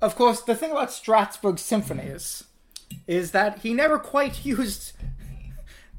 Of course, the thing about Strasbourg symphonies is that he never quite used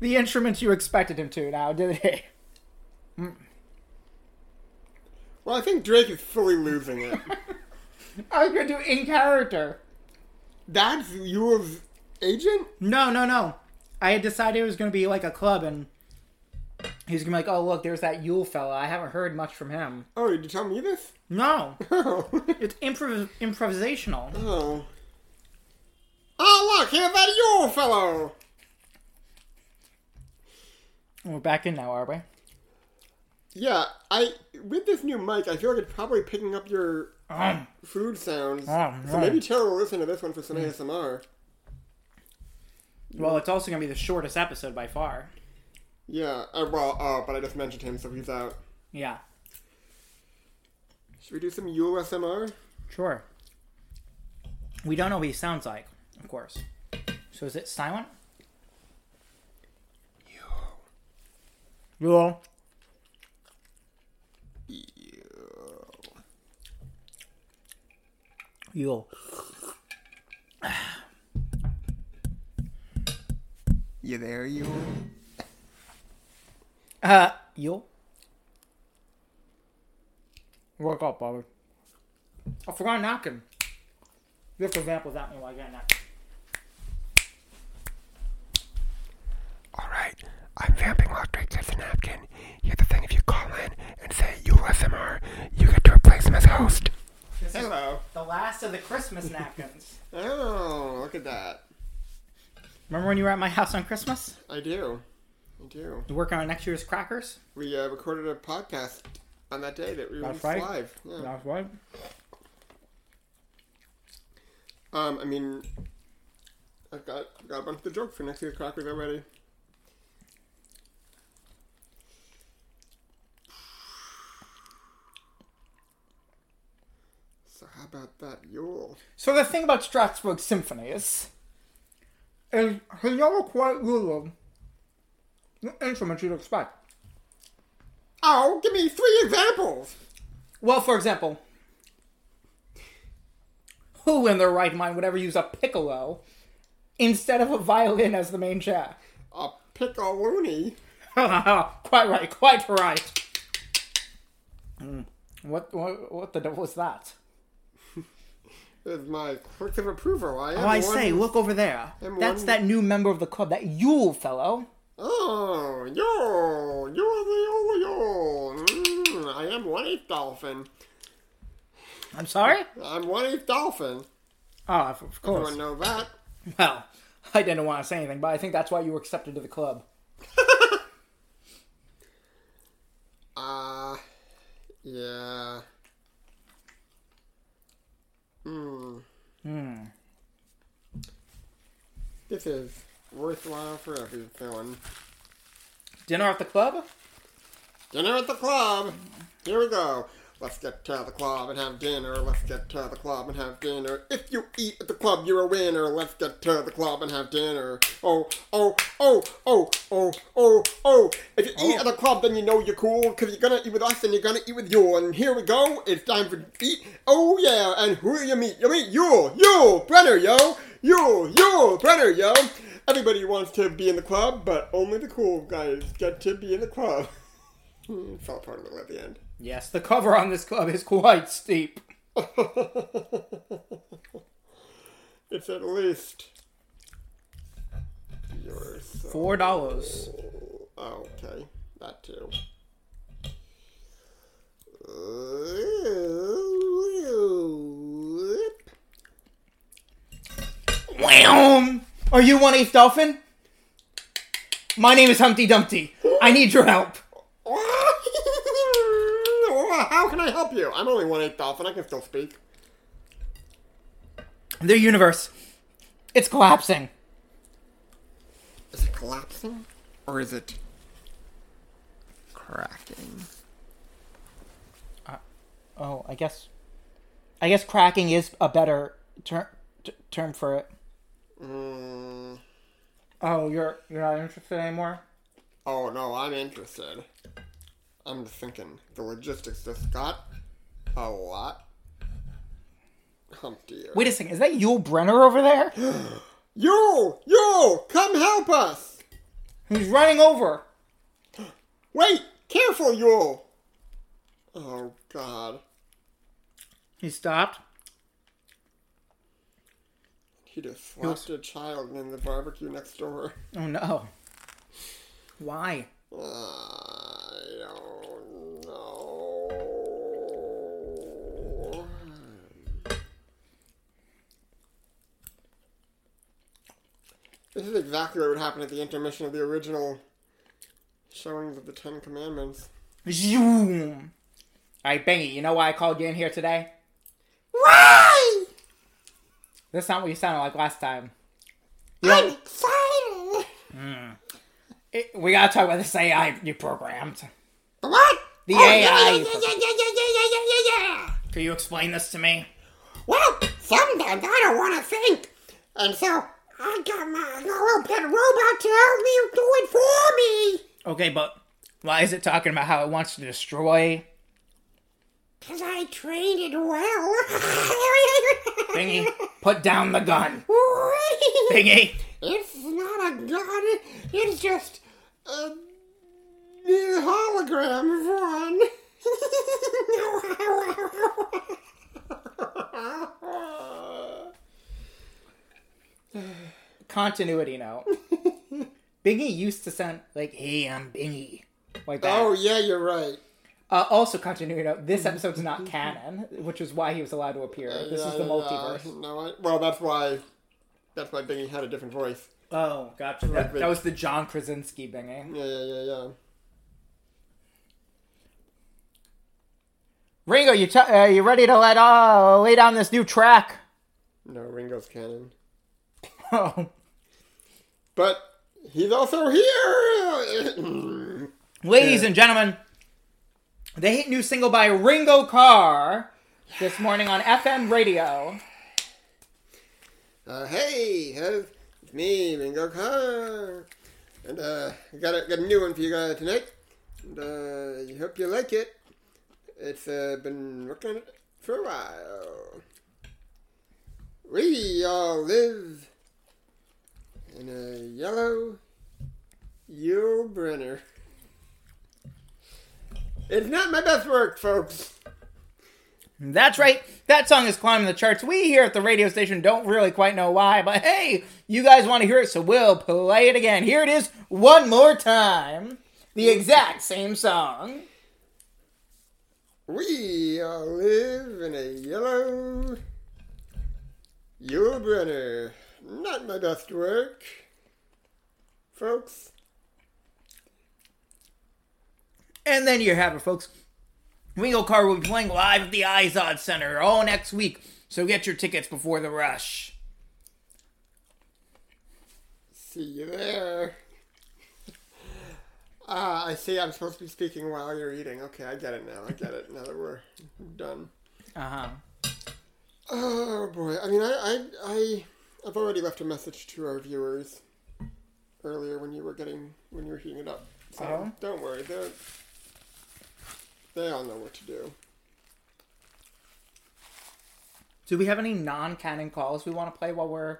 the instruments you expected him to. Now, did he? Well, I think Drake is fully losing it. I was gonna do Oh, in character. That's your v- agent? No, no, no. I had decided it was gonna be like a club, and he was gonna be like, "Oh, look, there's that Yule fella. I haven't heard much from him." Oh, did you tell me this? No, Oh. it's improv- improvisational. oh. Oh, look, here's that your fellow! We're back in now, are we? Yeah, I with this new mic, I feel like it's probably picking up your Um, food sounds. Um, so um. maybe Tara will listen to this one for some ASMR. well, it's also gonna be the shortest episode by far. Yeah, uh, well, oh, but I just mentioned him, so he's out. Yeah, Should we do some USMR? sure. We don't know what he sounds like, of course. So is it silent? Yule. Yule. You there, you? Uh, Yule. Work up, Bobby. I forgot a napkin. You have to vamp without me while I get a napkin. All right, I'm vamping while Drake gets a napkin. Here's the thing: if you call in and say USMR, you get to replace him as host. This is Hello. the last of the Christmas napkins. Oh, look at that. Remember when you were at my house on Christmas? I do. I do. You working on next year's crackers? We uh, recorded a podcast on that day that we That's released right. live. Yeah. That's right. Um, I mean, I've got I've got a bunch of jokes for next year's crackers already. So how about that Yule? So the thing about Strasbourg symphonies is he never quite used the instruments you'd expect. Oh, give me three examples. Well, for example, who in their right mind would ever use a piccolo instead of a violin as the main chair? A piccoloni. quite right, quite right. Mm. What, what what the devil is that? is my clicks of approval. I am Oh, I one- say, look over there. I'm That's one- that new member of the club, that Yule fellow. Oh, Yule, Yule, Yule, Yule. Mm, I am one eighth dolphin. I'm sorry? I'm one eighth dolphin. Oh, of of course. Everyone know that. Well, I didn't want to say anything, but I think that's why you were accepted to the club. Uh, yeah. Hmm. Hmm. This is worthwhile for everyone. Dinner at the club? Dinner at the club. Here we go. Let's get to the club and have dinner. Let's get to the club and have dinner. If you eat at the club, you're a winner. Let's get to the club and have dinner. Oh, oh, oh, oh, oh, oh, oh. If you eat at the club, then you know you're cool. Cause you're gonna eat with us and you're gonna eat with you. And here we go. It's time for eat. Oh yeah. And who do you meet? You meet you, you, Brenner, yo, you, you, Brenner, yo. Everybody wants to be in the club, but only the cool guys get to be in the club. Hmm, fell apart a little at the end. Yes, the cover on this club is quite steep. It's at least yours. Four dollars. Oh, okay, that too. Whoop. Wham! Are you one eighth dolphin? My name is Humpty Dumpty. I need your help. How can I help you? I'm only one eighth dolphin. I can still speak. The universe. It's collapsing. Is it collapsing or is it cracking? Oh, I guess. I guess cracking is a better ter- t- term for it. Mm. Oh, you're you're not interested anymore. Oh no, I'm interested. I'm just thinking the logistics just got a lot Oh dear. Wait a second, is that Yul Brenner over there? You, you, come help us. He's running over. Wait, careful, you. Oh God, He stopped. he just slapped a child in the barbecue next door. Oh no. Why? I don't know. This is exactly what would happen at the intermission of the original showings of the Ten Commandments. Zoom. All right, Bingy, you know why I called you in here today? Why? That's not what you sounded like last time. I'm excited. It- we gotta talk about this AI you programmed. What? The Oh, AI. Yeah, yeah, yeah, yeah, yeah, yeah, yeah, yeah, yeah, yeah. Can you explain this to me? Well, sometimes I don't want to think, and so I got my little pet robot to help me do it for me. Okay, but why is it talking about how it wants to destroy? Cause I trained it well. Bingy, put down the gun. Bingy. it's not a gun. It's just a new hologram of one. Continuity note. Bingy used to sound like, hey, I'm Bingy. Like that. oh yeah, you're right. Uh, also, continuity note, this episode's not canon, which is why he was allowed to appear. This Yeah, is the yeah, multiverse. yeah. No, I, well, that's why. That's why Bingy had a different voice. Oh, gotcha. That, that was the John Krasinski Bingy. Yeah, yeah, yeah, yeah. Ringo, you, t- uh, you ready to let uh, lay down this new track? No, Ringo's canon, Oh. but he's also here. Ladies and gentlemen, the hit new single by Ringo Carr this morning on FM radio. uh, hey, how's- it's me, Ringo Carr, and uh, I got a, got a new one for you guys tonight. And uh, I hope you like it. It's uh, been working on it for a while. We all live in a yellow Yule Brenner. It's not my best work, folks. That's right. That song is climbing the charts. We here at the radio station don't really quite know why, but hey, you guys want to hear it, so we'll play it again. Here it is one more time. The exact same song. We all live in a yellow Yule Brenner. Not my best work, folks. And then you have it, folks. Ringo Carr will be playing live at the Izod Center all next week, so get your tickets before the rush. See you there. Ah, I see. I'm supposed to be speaking while you're eating. Okay, I get it now. I get it now that we're done. Uh huh. Oh boy. I mean, I, I, I, I've already left a message to our viewers earlier when you were getting when you were heating it up. So Oh. don't worry. They they all know what to do. Do we have any non canon calls we want to play while we're.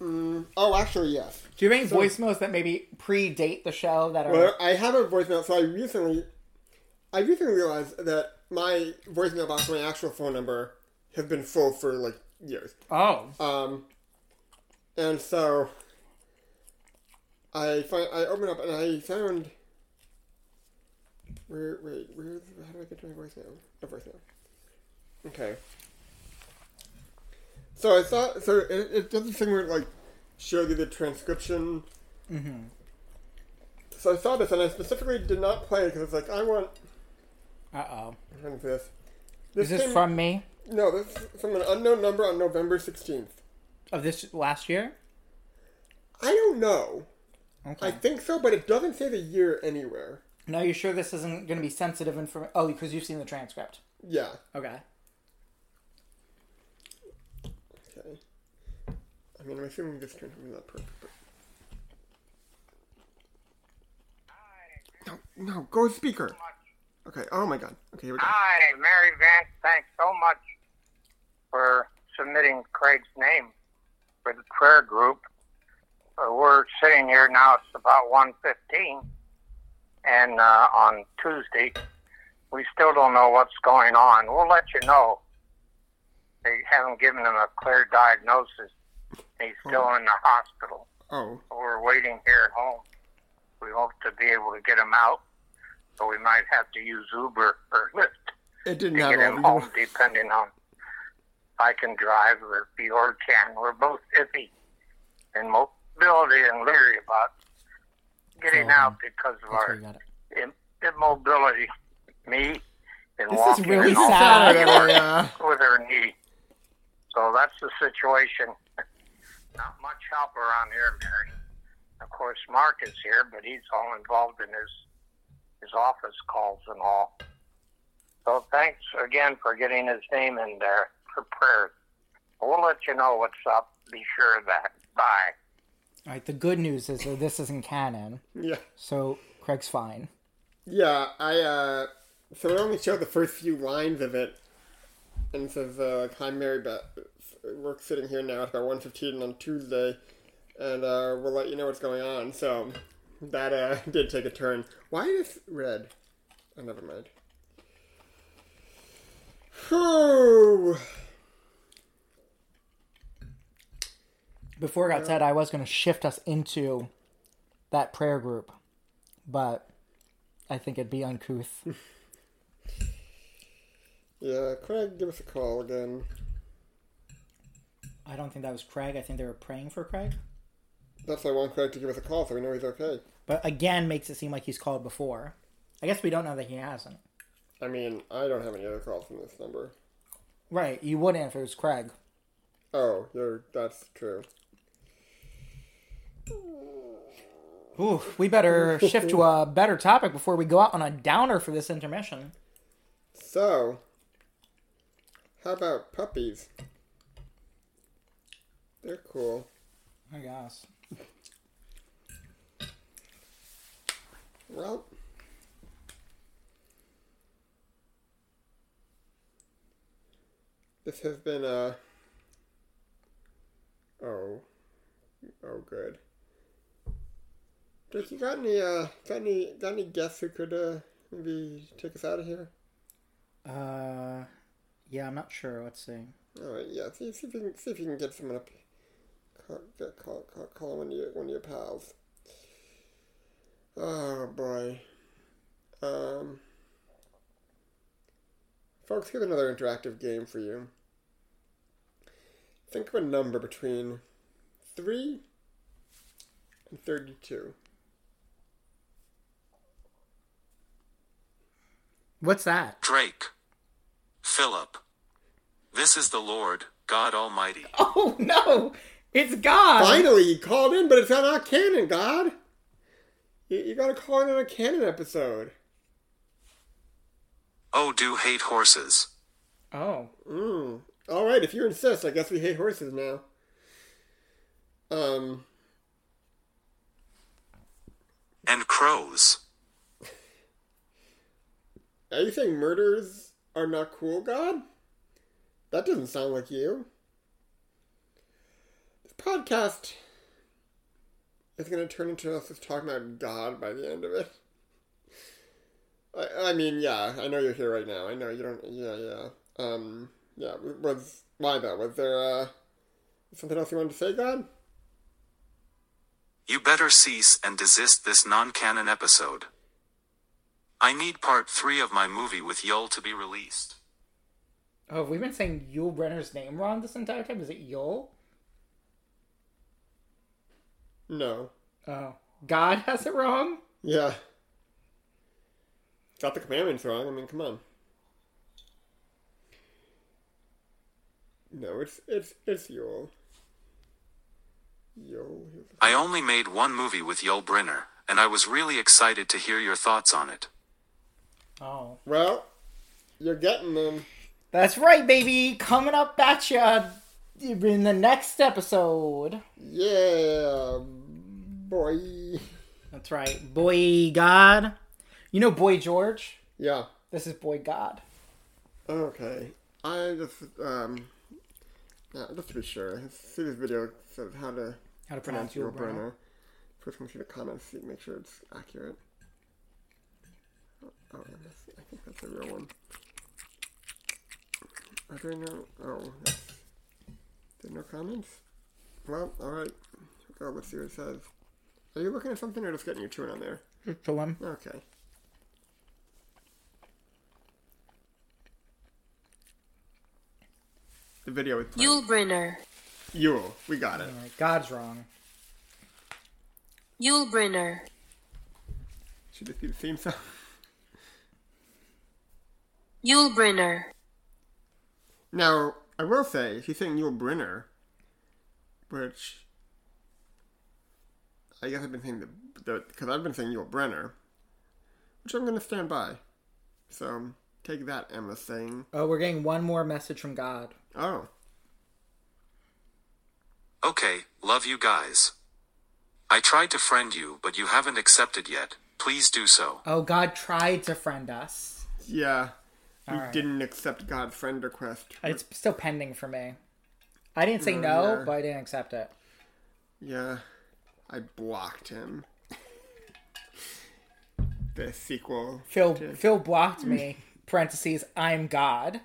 Oh, actually, yes. Do you have any voicemails that maybe predate the show that are. Well, I have a voicemail. So I recently, I recently realized that my voicemail box, my actual phone number, has been full for like years. oh. Um, and so I find I open up and I found. Where wait where how do I get to my voicemail? My voicemail. Okay. So I thought so it, it does this thing where it like shows you the transcription. Mm-hmm. So I saw this and I specifically did not play because it's like I want Uh oh. what is this? Is this came- from me? no? This is from an unknown number on November sixteenth. Of this last year? I don't know. I Okay. think so, but it doesn't say the year anywhere. No, you're sure this isn't going to be sensitive information? Oh, because you've seen the transcript. Yeah. Okay. Okay. I mean, I'm assuming this turned out not perfect. But... No, no, go with speaker. Okay. Oh my God. Okay. Here we go. Hi, Mary Vance. Thanks so much submitting Craig's name for the prayer group. Uh, we're sitting here now. It's about one fifteen, and uh, on Tuesday, we still don't know what's going on. We'll let you know. They haven't given him a clear diagnosis. He's still in the hospital. Oh, We're waiting here at home. We hope to be able to get him out, but we might have to use Uber or Lyft it didn't to have get all. him home, depending on if I can drive or if Bjorn can. We're both iffy in mobility and leery about getting Um, out because of That's where our you got it. im- immobility. Me and This walking is really and all sad. that Whatever, yeah. with her knee. So that's the situation. Not much help around here, Mary. Of course, Mark is here, but he's all involved in his his office calls and all. So thanks again for getting his name in there for prayer. We'll let you know what's up. Be sure of that. Bye. All right. The good news is that this isn't canon, yeah, so Craig's fine. yeah. I uh, so it only showed the first few lines of it, and it says, uh, like, "Hi, Mary Beth. We're sitting here now at about one fifteen on Tuesday, and uh, we'll let you know what's going on." So that uh, did take a turn. Why is red? Oh, never mind. Whew. Before it got said, I was going to shift us into that prayer group, but I think it'd be uncouth. Yeah, Craig, give us a call again. I don't think that was Craig. I think they were praying for Craig. That's why I want Craig to give us a call so we know he's okay. But again, makes it seem like he's called before. I guess we don't know that he hasn't. I mean, I don't have any other calls from this number. Right. You wouldn't if it was Craig. Oh, you're, that's true. Ooh, we better shift to a better topic before we go out on a downer for this intermission. So, how about puppies? They're cool. I guess. Well, this has been a. Oh, oh, good. Jake, you got any? Uh, got any? Got any guests who could uh, maybe take us out of here? Uh, yeah, I'm not sure. Let's see. All right, yeah. See, see if you can see if you can get someone up. Call, get, call, call, call one of your one of your pals. Oh boy. Um. Folks, here's another interactive game for you. Think of a number between three and thirty-two. What's that? Drake. Philip. This is the Lord, God Almighty. Oh no! It's God. Finally, you called in, but it's not on canon, God. You, you gotta call in on a canon episode. Oh, do hate horses. Oh, Mm. All right, if you insist, I guess we hate horses now. Um, And crows. are you saying murders are not cool, God? That doesn't sound like you. This podcast is going to turn into us just talking about God by the end of it. I, I mean, yeah, I know you're here right now. I know you don't. Yeah, yeah. Um, yeah. Was why though? Was there uh something else you wanted to say, God? You better cease and desist this non canon episode. I need part 3 of my movie with Yul to be released. oh, have we been saying Yul Brenner's name wrong this entire time? Is it Yul? No. Oh, God has it wrong. Yeah. Got the commandments wrong. I mean, come on. No, it's it's it's Yule. Yule. I only made one movie with Yul Brynner, and I was really excited to hear your thoughts on it. Oh, Well, you're getting them. that's right, baby. Coming up at ya in the next episode. Yeah, boy. That's right, boy God. You know, boy George. Yeah. This is boy God. Okay. I just um, Yeah, just to be sure. See this video says how to How to pronounce your burner. First, one see the comments, see, make sure it's accurate. Oh, yeah, that's, I think that's the real one. Are there no? Oh, that's, there no comments. Well, all right. Go. Let's see what it says. Are you looking at something or just getting your tune on there? Just to him. Okay. The video with Yulbrenner. Yule. We got it. Alright, God's wrong. Yulbrenner. Should this be the theme song? Yulbrenner. Now, I will say, she's saying Yul Brynner, which I guess I've been saying the because I've been saying Yul Brenner, which I'm going to stand by. So take that, Emma saying. Oh, we're getting one more message from God. Oh, Okay, love you guys. I tried to friend you, but you haven't accepted yet. Please do so. Oh, God tried to friend us. yeah, we Alright. didn't accept God's friend request. It's still pending for me. I didn't say no, but I didn't accept it. Yeah, I blocked him. the sequel. Phil Phil blocked me. Parentheses. I'm God.